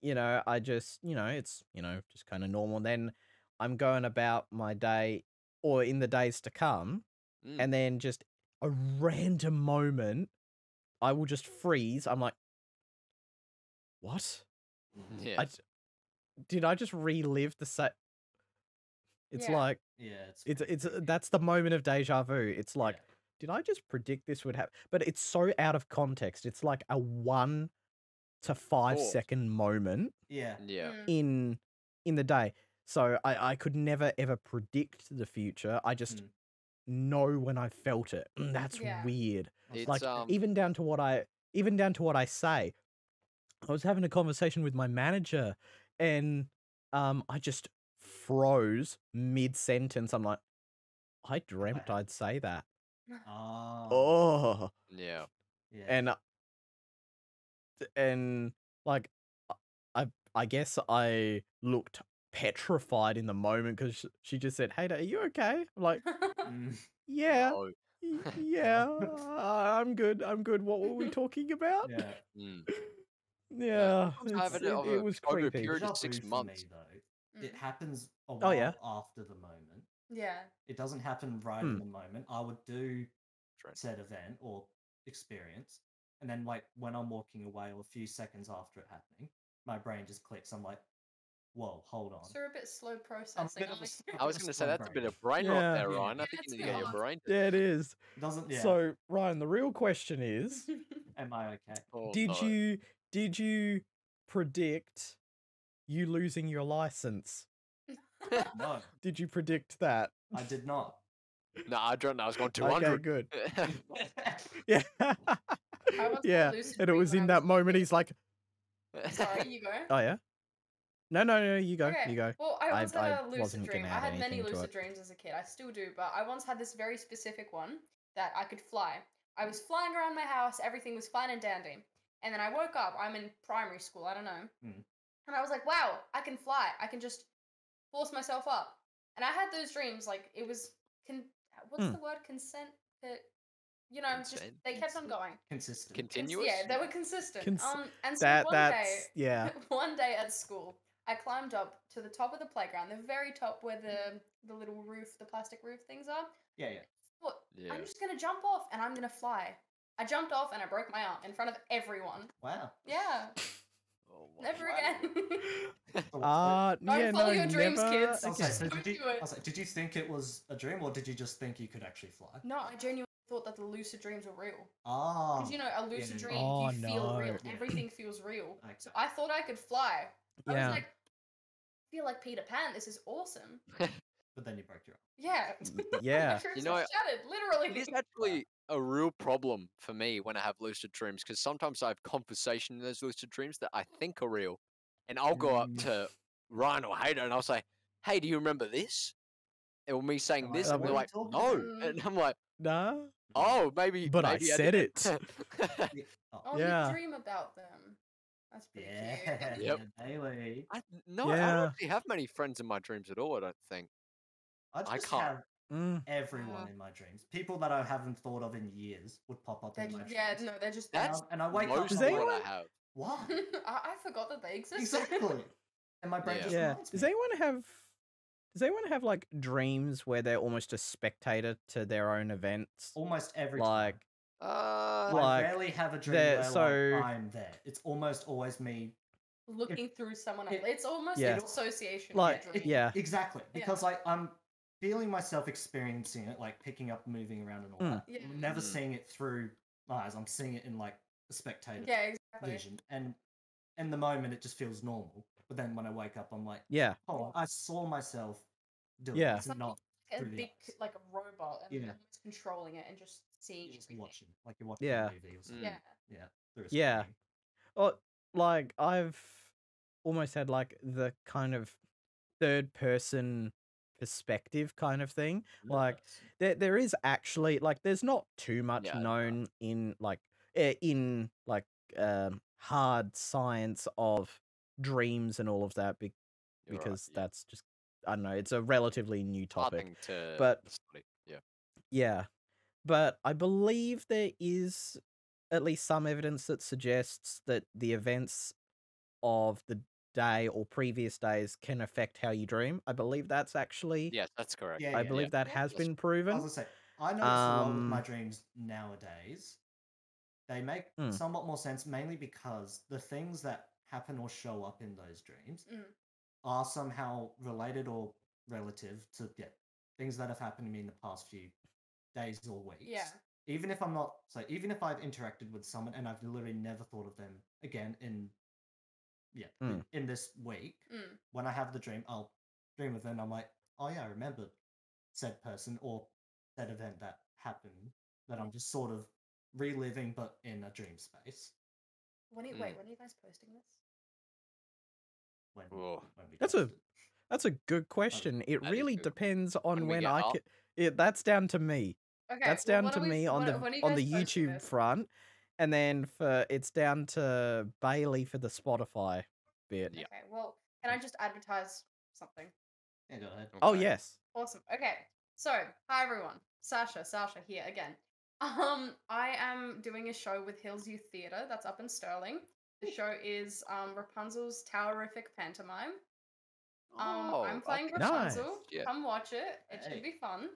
B: you know, I just, you know, it's you know just kind of normal. Then I'm going about my day, or in the days to come,
A: Mm.
B: and then just a random moment, I will just freeze. I'm like, what?
C: Mm.
A: yeah.
B: I, j- did I just relive the set? It's
D: Yeah.
B: like
C: Yeah, it's
B: it's
C: pretty
B: it's uh,
C: freaky.
B: that's the moment of deja vu. It's
C: Yeah.
B: like did I just predict this would happen? But it's so out of context. It's like a one to five
A: course.
B: second moment
C: yeah.
A: yeah.
D: Mm.
B: in in the day. So I I could never ever predict the future. I just
C: Mm.
B: know when I felt it. Mm, that's
D: Yeah.
B: weird
A: It's
B: like
A: um.
B: even down to what I even down to what I say. I was having a conversation with my manager and um I just froze mid sentence. I'm like, I dreamt I'd say that.
C: Oh.
B: Oh
A: yeah.
C: Yeah.
B: and uh, th- and like I- I I guess I looked petrified in the moment because she just said, "Hey, are you okay?" I'm like,
C: Mm.
B: "Yeah,
A: no,
B: y- yeah, I- I'm good, I'm good." What were we talking about?
C: yeah.
A: mm,
B: Yeah,
A: I was having
B: it's-
A: a- of
B: it,
A: a
B: it was
A: over a
B: creepy.
A: period- Period of
C: Deja
A: six
C: vu for
A: months.
C: Me, though, it
D: Mm.
C: happens a while
B: Oh, yeah.
C: after the moment.
D: Yeah.
C: It doesn't happen right
B: Hmm.
C: in the moment. I would do
A: Trent.
C: said event or experience, and then like when I'm walking away or a few seconds after it happening, my brain just clicks. I'm like, whoa, hold on.
D: So we're a bit slow
C: I'm a
D: processing.
C: bit of a
D: aren't we?
C: s-
A: I
C: bit
A: was
C: of
A: going to say
C: slow
A: that's a bit
C: brain.
A: of brain rot there,
B: Yeah.
A: Ryan. I
D: Yeah,
A: think you
D: that's
A: need to get your
D: hard.
A: brain. to-
B: Yeah, it is.
C: It doesn't yeah.
B: So, Ryan, the real question is:
C: am I okay?
A: Oh,
B: Did
A: no.
B: you did you predict you losing your license?
C: No,
B: Did you predict that?
C: I did not.
A: No, I don't know. I was going
B: Okay,
A: 200.
B: good.
C: yeah,
B: Yeah,
D: was
B: yeah.
D: lucid
B: And it
D: dreaming
B: was
D: when
B: in
D: I
B: that moment.
D: little.
B: He's like,
D: Sorry, you go.
B: "Oh yeah, no, no, no, you go,
D: okay.
B: you go."
D: Well, I
B: I-
D: once
B: I
D: had a lucid
B: wasn't
D: dream.
B: gonna
D: I
B: add
D: had many
B: anything to
D: lucid
B: it.
D: dreams as a kid. I still do, but I once had this very specific one that I could fly. I was flying around my house. Everything was fine and dandy. And then I woke up. I'm in primary school. I don't know.
B: Hmm.
C: Mm.
D: And I was like, wow, I can fly. I can just force myself up. And I had those dreams. Like it was con. What's
B: Mm.
D: the word? Consent. To, you know, just
A: Consent?
D: they kept on
A: Consent.
D: going.
C: consistent.
A: Continue.
D: Cons-
A: Continuous?
D: Yeah, they were consistent.
B: Cons-
D: um, and so
B: That
D: one
B: that's
D: day,
B: yeah.
D: one day at school, I climbed up to the top of the playground, the very top where the the little roof, the plastic roof things are.
C: Yeah, yeah.
D: Thought,
A: Yeah.
D: I'm just gonna jump off and I'm gonna fly. I jumped off and I broke my arm in front of everyone.
C: Wow.
D: Yeah,
A: Oh, my
D: never
A: God.
D: again.
A: Ah.
B: Uh,
D: Don't
B: yeah,
D: follow
B: no,
D: your dreams,
B: never
D: kids.
C: I was, like,
B: again.
D: Just
C: so
D: don't
C: did you,
D: do it.
C: I was like, did you think it was a dream or did you just think you could actually fly?
D: no, I genuinely thought that the lucid dreams were real.
C: Ah.
A: Oh,
D: Because you know, a lucid
C: yeah.
D: dream,
B: Oh,
D: you feel real.
C: no.
D: Everything feels real.
C: Okay.
D: So I thought I could fly. I
B: Yeah.
D: was like, I feel like Peter Pan. This is awesome.
C: But then you broke your
D: Yeah.
B: yeah.
D: My dreams
A: You know,
D: were
A: I-
D: shattered, literally.
A: It is actually a real problem for me when I have lucid dreams because sometimes I have conversation in those lucid dreams that I think are real, and I'll go up
C: Mm.
A: to Ryan or Hayden and I'll say, "Hey, do you remember this?" Or me saying
C: like,
A: this,
B: "Uh,
A: and they're like,
B: what
C: are you
A: "No,"
C: talking
D: about?"
A: and I'm like,
B: Nah.
A: "Oh, maybe."
B: But I
A: maybe
B: said
A: didn't."
C: arm. Yeah.
D: Oh,
C: Oh.
B: Yeah.
D: you dream about them. That's pretty
C: Yeah.
D: cute.
A: Yep.
C: Bailey.
A: I, no, I
B: Yeah.
A: don't actually have many friends in my dreams at all. I don't think.
C: I
A: I
C: just
A: can't.
C: have
B: Mm.
D: Uh-huh.
C: everyone in my dreams. People that I haven't thought of in years would pop up
D: They're
C: in my
D: just,
C: dreams.
D: yeah, no, they're just there.
A: That's-
C: Um, and I wake up.
A: Most
B: Does
A: of
C: and I'm
A: what
B: anyone-
A: I have.
C: Why?
D: I, I forgot that they existed.
C: exactly. And my brain
A: Yeah.
C: just
B: Yeah.
C: reminds
B: Does
C: me.
B: anyone have does anyone have like dreams where they're almost a spectator to their own events?
C: almost every
B: Like
C: time.
A: Uh,
B: Like,
C: I rarely have a dream
B: there-
C: where like,
B: so-
C: I'm there. It's almost always me.
D: Looking through someone else.
C: it-
D: It's almost
B: Yeah.
D: an association.
B: Like,
D: dream.
C: It-
B: yeah.
C: exactly.
D: Yeah.
C: Because like I'm feeling myself experiencing it, like picking up, moving around, and all
B: Mm.
C: that.
D: Yeah.
C: I'm never
A: Mm.
C: seeing it through my eyes. I'm seeing it in like a spectator
D: Yeah, exactly.
C: vision, and in the moment it just feels normal. But then when I wake up, I'm like,
B: Yeah.
C: oh, I saw myself doing.
B: Yeah.
C: Yeah. It's
D: It's like
C: not
D: A
C: through the
D: big,
C: eyes.
D: like a robot, and
C: Yeah.
D: almost controlling it and just seeing
C: You're just
D: everything.
C: watching, like you're watching
B: Yeah.
C: a movie or something.
D: Yeah.
C: through a
B: Yeah.
C: screen.
B: Or like I've almost had like the kind of third person perspective kind of thing. Like there there is actually like there's not too much
A: Yeah, no.
B: known in like eh, in like um hard science of dreams and all of that be-
A: you're right,
B: because
A: yeah.
B: that's just I don't know, it's a relatively new
A: Hard
B: topic.
A: thing to
B: but-
A: study. Yeah.
B: Yeah. But I believe there is at least some evidence that suggests that the events of the day or previous days can affect how you dream. I believe that's actually
A: Yes, that's correct.
C: Yeah,
B: I believe that
A: Yeah,
B: has
A: that's-
B: been proven.
C: I was gonna say, I notice a lot of my
B: Um,
C: dreams nowadays. They make
B: Hmm.
C: somewhat more sense, mainly because the things that happen or show up in those dreams
D: Mm.
C: are somehow related or relative to yeah, things that have happened to me in the past few days or weeks.
D: Yeah.
C: Even if I'm not, so even if I've interacted with someone and I've literally never thought of them again in, yeah,
B: Hmm.
C: in, in this week,
D: Mm.
C: when I have the dream, I'll dream of them. I'm like, oh yeah, I remember said person or that event that happened that I'm just sort of reliving, but in a dream space.
D: When are you,
B: Mm.
D: Wait, when are you guys posting this?
C: When,
A: Whoa.
C: when we
B: That's a-
C: post it.
B: That's a good question. It
A: that is
B: really
A: good.
B: depends
A: When
B: on
A: we
B: when
A: get
B: I
A: up.
B: can. It, that's down to me.
D: Okay,
B: that's
D: well,
B: down
D: when
B: to
D: are we-
B: me on
D: when-
B: the
D: when are you
B: on
D: guys
B: the
D: posting
B: YouTube
D: this?
B: front, and then for it's down to Bailey for the Spotify bit.
A: Yeah.
D: Okay, well, can
B: Mm.
D: I just advertise something?
C: Yeah, go ahead.
B: Oh
A: Okay.
B: yes.
D: Awesome. Okay. So, hi everyone. Sasha, Sasha here again. Um, I am doing a show with Hills Youth Theatre that's up in Stirling. The show is um, Rapunzel's Towerific Pantomime. Um,
A: Oh,
D: I'm playing
A: okay.
D: Rapunzel.
A: Yeah.
D: Come watch it. It
C: Hey.
D: should be fun.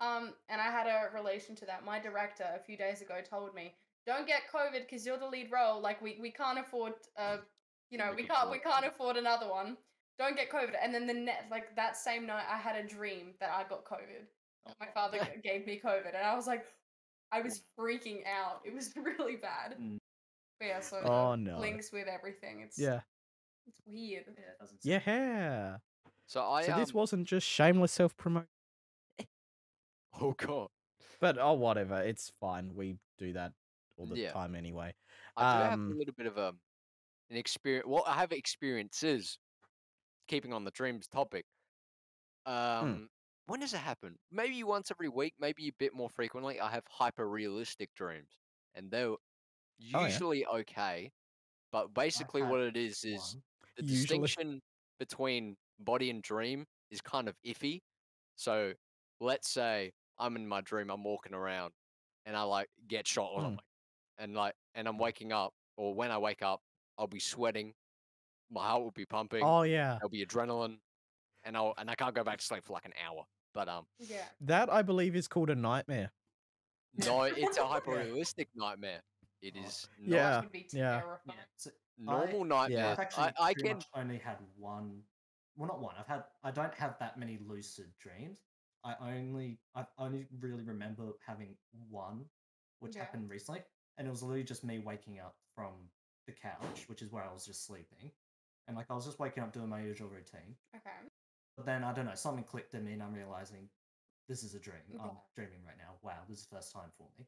D: Um, and I had a relation to that. My director a few days ago told me, "Don't get COVID because you're the lead role. Like we we can't afford uh, you know,
A: We
D: we
A: can
D: can't we
A: afford
D: can't
A: it."
D: afford another one. Don't get COVID." And then the net like that same night, I had a dream that I got COVID. that My father g- gave me COVID, and I was like, I was freaking out. It was really bad.
C: Mm.
D: But yeah, so
B: Oh,
D: the
B: no.
D: links with everything. It's
B: Yeah.
D: it's weird.
C: Yeah, it doesn't seem-
B: Yeah.
A: So I
B: so
A: um,
B: this wasn't just shameless self promotion.
A: Oh god.
B: But oh, whatever. It's fine. We do that all the
A: Yeah.
B: time anyway.
A: I do have
B: Um,
A: a little bit of a an experience. Well, I have experiences. Keeping on the dreams topic. Um, when does it happen? Maybe once every week, maybe a bit more frequently. I have hyper realistic dreams, and they're
B: yeah.
A: usually okay. But basically,
C: had
A: what it is is
C: One.
A: the
B: Usually.
A: distinction between body and dream is kind of iffy. So let's say I'm in my dream, I'm walking around and I like get shot or
B: Mm.
A: something. And like and I'm waking up, or when I wake up, I'll be sweating my heart will be pumping.
E: Oh yeah,
A: There'll be adrenaline, and I'll and I can't go back to sleep for like an hour. But um,
D: Yeah.
B: That I believe is called a nightmare.
A: no, it's a hyper realistic nightmare. It
C: Oh.
A: is not
D: That
E: Yeah,
D: would be
E: yeah.
C: Yeah.
D: terrifying.
C: So
A: normal
B: Yeah.
A: nightmare.
C: I've actually
A: I, I
C: pretty
A: can
C: much only had one. Well, not one. I've had. I don't have that many lucid dreams. I only. I only really remember having one, which
D: Yeah.
C: happened recently, and it was literally just me waking up from the couch, which is where I was just sleeping, and like I was just waking up doing my usual routine.
D: Okay.
C: But then I don't know. Something clicked in me, and I'm realizing this is a dream. I'm
D: Yeah.
C: dreaming right now. Wow, this is the first time for me.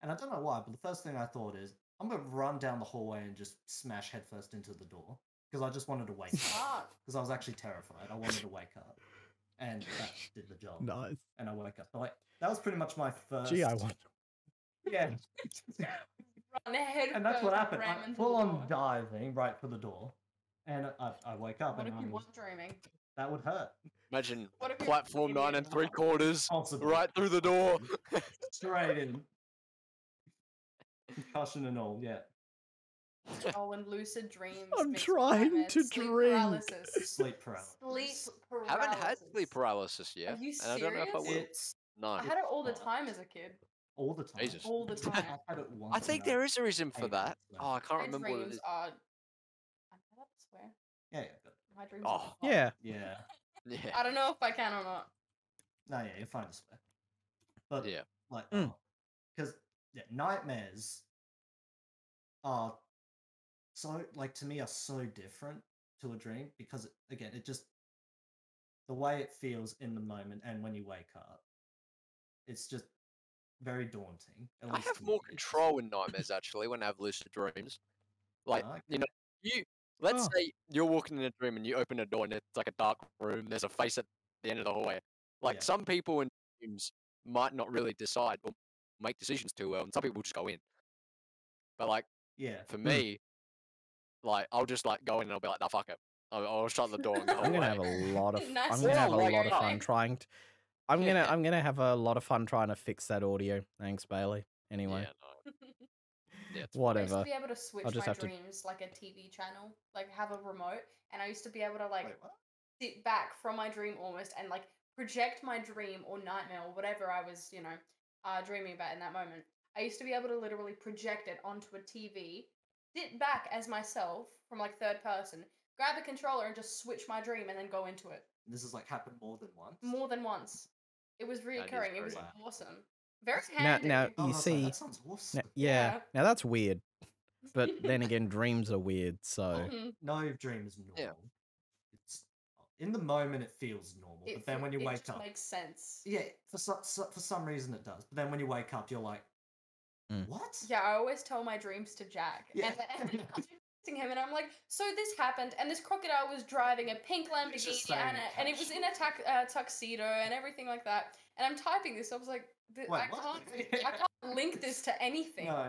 C: And I don't know why, but the first thing I thought is I'm gonna run down the hallway and just smash headfirst into the door because I just wanted to wake up
D: Fuck.
C: because I was actually terrified. I wanted to wake up, and that did the
B: Oh,
C: job.
E: nice.
C: And I woke up. So, like that was pretty much my first.
E: Gee, I want.
C: Yeah,
D: Run ahead
C: and that's what
D: first,
C: happened.
D: ram
C: I
D: into
C: full
D: the
C: on
D: door.
C: diving right for the door, and I, I wake up
D: What
C: and
D: if you
C: I'm,
D: weren't dreaming?
C: that would hurt.
A: imagine
D: What if you
A: platform
D: you were
A: nine and three
D: not?
A: quarters
C: Possibly.
A: right through the door.
C: straight in. Concussion and all, yeah.
D: Oh, and lucid dreams.
E: I'm
D: mixed with
E: trying
D: nightmares,
E: to
D: sleep
E: drink.
D: Paralysis.
C: Sleep paralysis.
D: Sleep paralysis.
A: Haven't had sleep paralysis yet,
D: you
A: and I don't know if I
D: serious?
A: will.
C: It's
A: No,
D: I had it all the
C: Fuck.
D: time as a kid.
C: all the time.
A: Jesus.
D: All the
C: I
D: time.
C: had it once.
A: I think there is a reason for that. Oh, I can't
D: My
A: remember what it
D: dreams
A: is.
D: are. I cannot swear.
C: Yeah, yeah, good.
D: My dreams.
A: Oh.
D: Are
B: Yeah.
C: yeah.
A: Yeah,
D: I don't know if I can or not.
C: No, yeah, you're fine this way. But
A: yeah.
C: like,
B: Mm.
C: because yeah, nightmares are so like to me are so different to a dream because it- again, it just the way it feels in the moment and when you wake up, it's just very daunting. at
A: I
C: least
A: have
C: to
A: more
C: me.
A: control in nightmares actually when I have lucid dreams. Like
C: Ah,
A: you know, you let's
E: Oh.
A: say you're walking in a dream and you open a door and it's like a dark room. There's a face at the end of the hallway. Like
C: Yeah.
A: some people in dreams might not really decide or make decisions too well, and some people just go in. But like
C: Yeah.
A: for
B: Hmm.
A: me, like I'll just like go in and I'll be like, "Nah, fuck it." I'll, I'll shut the door and go
B: I'm gonna
A: away.
B: have a lot of.
D: Nice
B: I'm gonna have a
A: little
B: lot of
A: workout.
B: fun trying. To, I'm gonna.
A: Yeah.
B: I'm gonna have a lot of fun trying to fix that audio. Thanks, Bailey. Anyway,
A: Yeah, no. yeah, it's
D: I used to
B: whatever.
D: be able to switch
B: just
D: my
B: have to-
D: dreams like a TV channel, like have a remote, and I used to be able to like
C: Wait, what?
D: sit back from my dream almost and like project my dream or nightmare or whatever I was, you know, uh, dreaming about in that moment. I used to be able to literally project it onto a TV, sit back as myself from like third person, grab a controller and just switch my dream and then go into it
C: This has like happened more than once.
D: more than once. It was
A: is
D: reoccurring. It was
A: crazy.
D: awesome. Very
B: Now,
D: handy.
B: now
C: Oh, I
B: you
C: was like,
B: see.
C: that sounds awesome.
B: Now, yeah.
D: Yeah.
B: Now that's weird. But then again, dreams are weird. So
D: Mhm.
C: No dream is normal. It's in the moment it feels normal,
D: It
C: but then
D: fe-
C: when you
D: it
C: wake
D: just
C: up,
D: makes sense.
C: yeah, for so, so, for some reason it does. But then when you wake up, you're like,
B: Mm.
C: what?
D: Yeah, I always tell my dreams to Jack.
C: Yeah.
D: And, then I'm texting him and I'm like, so this happened, and this crocodile was driving a pink
C: He's just
D: Lamborghini,
C: saying
D: and,
C: it
D: a- and it was in a tuc- uh, tuxedo and everything like that. And I'm typing this, I was like, th-
C: Wait,
D: I,
C: what?
D: can't, I can't link this to anything.
C: No,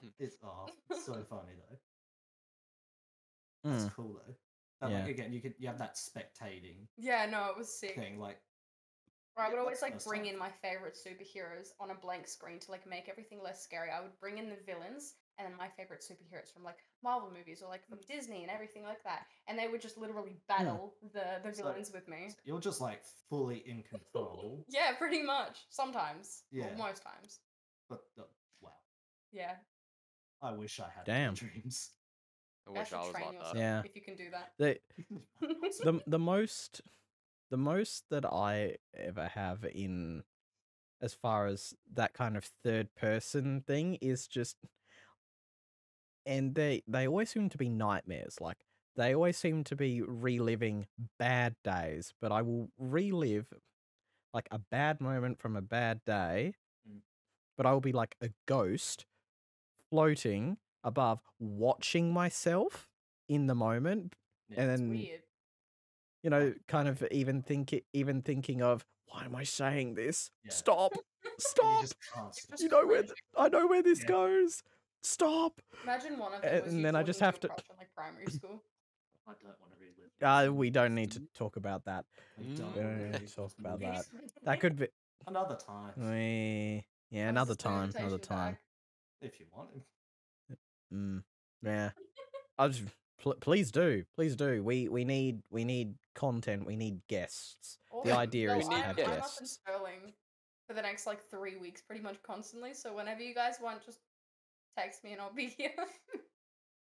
A: Hmm.
C: it's oh, it's so funny though.
B: mm, hmm.
C: It's cool though. But
B: Yeah.
C: like, again, you could you have that spectating
D: Yeah, no, it was sick.
C: thing, like
D: Or I
C: Yeah,
D: would always
C: that's
D: like
C: nice
D: bring
C: stuff.
D: in my favorite superheroes on a blank screen to like make everything less scary. I would bring in the villains and then my favorite superheroes from like Marvel movies or like from Disney and everything like that, and they would just literally battle the the
C: So-
D: villains with me.
C: you're just like fully in control.
D: Yeah, pretty much. Sometimes, or
C: Yeah.
D: most times.
C: but uh, wow,
D: Yeah,
C: I wish I had
B: Damn.
C: Damn. dreams.
A: I
D: you have
A: wish
D: to
A: I was
D: train
A: like
D: yourself
A: that.
B: Yeah.
D: if you can do that.
B: the the the most the most that I ever have in as far as that kind of third person thing is just and they they always seem to be nightmares like they always seem to be reliving bad days but I will relive like a bad moment from a bad day
C: Mm.
B: but I will be like a ghost floating above watching myself in the moment
C: Yeah,
B: and
C: it's
D: It's
B: then
D: weird.
B: you know, kind of even think even thinking of why am I saying this?
C: Yeah.
B: Stop,
C: And
B: stop.
C: you just can't stop.
B: You know where th- I know where this
C: Yeah.
B: goes. Stop.
D: Imagine one of
B: a-
D: them was
B: and
D: you
B: then I
D: talking
B: just
D: your
B: have to-
D: crush in, like primary school.
C: I don't want to relive.
B: Uh,
C: this.
B: we don't need
C: Mm-hmm.
B: to talk about that.
C: I
A: Mm.
C: don't
B: We don't
C: wanna
B: need to
C: relive
B: talk
C: this
B: about
C: movie.
B: that. That could be.
C: another time
B: eh, yeah,
D: That was
B: another
D: the
B: time. Another
D: invitation
B: time.
D: back.
C: if you want.
B: Mm, yeah. I was Pl- please do, please do. We we need we need content. We need guests.
D: Awesome.
B: idea
D: Well,
A: is to
D: I'm-
A: have
D: I'm up in
B: guests.
D: Sterling for the next like three weeks, pretty much constantly. So whenever you guys want, just text me and I'll be here.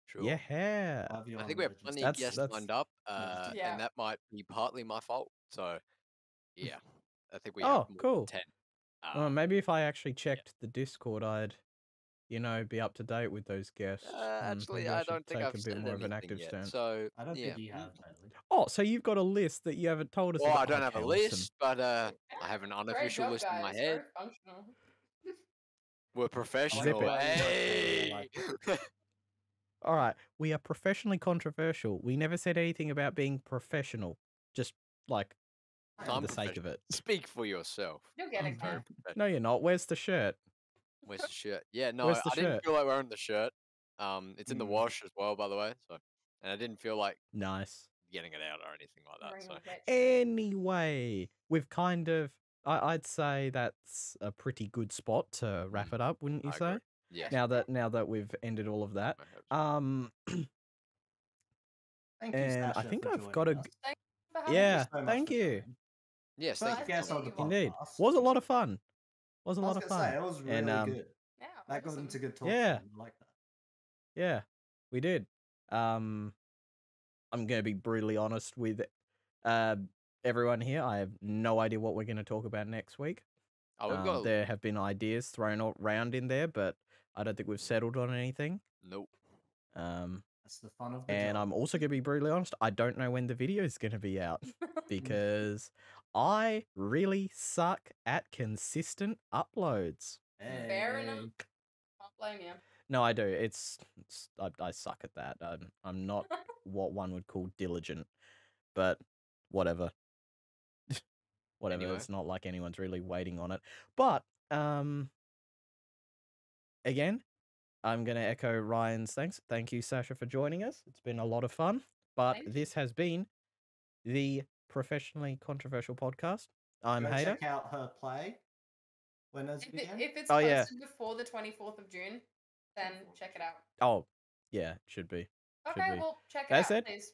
A: Sure.
B: Yeah,
C: I'll have you
A: I
C: on
A: think we have plenty
C: religious stuff.
A: of
B: That's-
A: guests
B: that's-
A: lined up, uh,
D: Yeah.
A: and that might be partly my fault. So, yeah, I think we.
B: Oh,
A: have more than
B: cool.
A: Ten.
B: Uh,
A: Um,
B: maybe if I actually checked the Discord, I'd, you know, be up to date with those guests.
A: uh,
B: and
A: actually,
B: maybe
A: I
B: should
A: don't think
B: take
A: I've
B: a bit
A: said
B: more of an
A: anything
B: active
A: yet,
B: stance.
A: So,
C: I don't
A: yeah.
C: think you have lately.
B: Oh, so you've got a list that you haven't told us?
A: Well,
B: about.
A: Oh, I don't have
B: Okay,
A: a
B: awesome.
A: list, but uh, I have an
D: Great
A: unofficial
D: job,
A: list in my
D: guys,
A: head.
D: very functional.
A: We're professional.
B: it.
A: Hey!
B: All right, we are professionally controversial. We never said anything about being professional, just like for
A: I'm
B: the sake of it.
A: Speak for yourself.
D: You'll get
A: I'm
D: it,
A: very
D: guys.
A: professional.
B: No, you're not. Where's the shirt?
A: Where's the shirt? Yeah, no, I
B: Where's the
A: didn't
B: shirt?
A: feel like wearing the shirt. Um, it's in the
C: Mm.
A: wash as well, by the way. So, and I didn't feel like
B: Nice.
A: getting it out or anything like that.
D: Ring
A: So,
D: will get you.
B: Anyway, we've kind of. I, I'd say that's a pretty good spot to wrap it up, wouldn't you
A: Mm-hmm. I
B: say?
A: agree. yeah.
B: Now that now that we've ended all of that.
A: I hope so.
B: Um,
C: Thank you,
B: and I
C: Sasha,
B: think
C: for
B: I've got a.
C: joining
B: g-
C: us.
D: For having
B: Yeah.
D: us.
C: so much
B: thank
C: for
B: you.
C: coming.
A: yes,
C: First
A: thank you.
C: guest
A: for
C: of the
A: coming.
C: podcast.
B: Indeed. was a lot of fun. Was a
C: Oh, I was
B: lot of
C: gonna
B: fun.
C: say oh it was really
B: And, um,
C: good.
D: Yeah,
C: That got
D: awesome.
C: into good talk.
B: Yeah.
C: I like that.
B: Yeah, we did. Um, I'm gonna be brutally honest with, uh, everyone here. I have no idea what we're gonna talk about next week.
A: Oh, we've
B: Um,
A: got
B: there have been ideas thrown around in there, but I don't think we've settled on anything.
A: nope.
B: Um,
C: That's the fun of the
B: and
C: job.
B: I'm also gonna be brutally honest. I don't know when the video is gonna be out. because I really suck at consistent uploads.
D: Fair enough.
C: Hey.
D: Can't blame you.
B: No, I do. It's, it's I, I suck at that. I'm, I'm not what one would call diligent, but whatever. whatever.
A: Anyway.
B: It's not like anyone's really waiting on it. But um, again, I'm gonna echo Ryan's thanks. Thank you, Sasha, for joining us. It's been a lot of fun. But
D: Thank
B: this has been the professionally controversial podcast. I'm
C: Go
B: Hater.
C: check out her play. When does it
D: If, it,
C: begin?
D: if it's
B: Oh,
D: posted
B: yeah.
D: before the 24th of June, then check it out.
B: Oh, yeah, it should be. Should
D: Okay,
B: we?
D: well, check it
B: That's
D: out,
B: it?
D: please.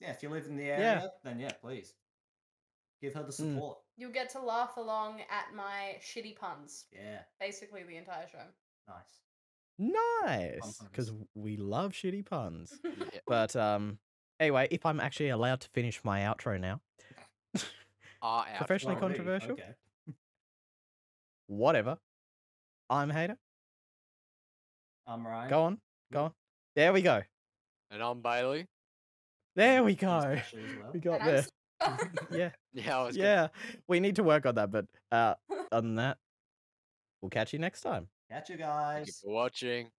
C: Yeah, if you live in the area, then yeah, please give her the
B: Mm.
C: support.
D: You'll get to laugh along at my shitty puns,
C: Yeah,
D: basically the entire show.
C: nice.
B: Nice,
C: puns.
B: because we love shitty puns.
A: Yeah.
B: But um, anyway, if I'm actually allowed to finish my outro now,
A: Are out.
B: Professionally
C: Well, we-
B: controversial?
C: Okay.
B: whatever. I'm hater.
C: I'm Ryan.
B: Go on, go on. There we go.
A: And I'm Bailey.
B: There we
C: Thanks,
B: go.
C: Ashley, as well.
B: We got
D: And I'm
B: there.
D: sorry.
B: Yeah,
A: Yeah, I was gonna-
B: yeah. We need to work on that, but uh, other than that, we'll catch you next time.
C: Catch you
A: Thank you
C: guys.
A: for watching.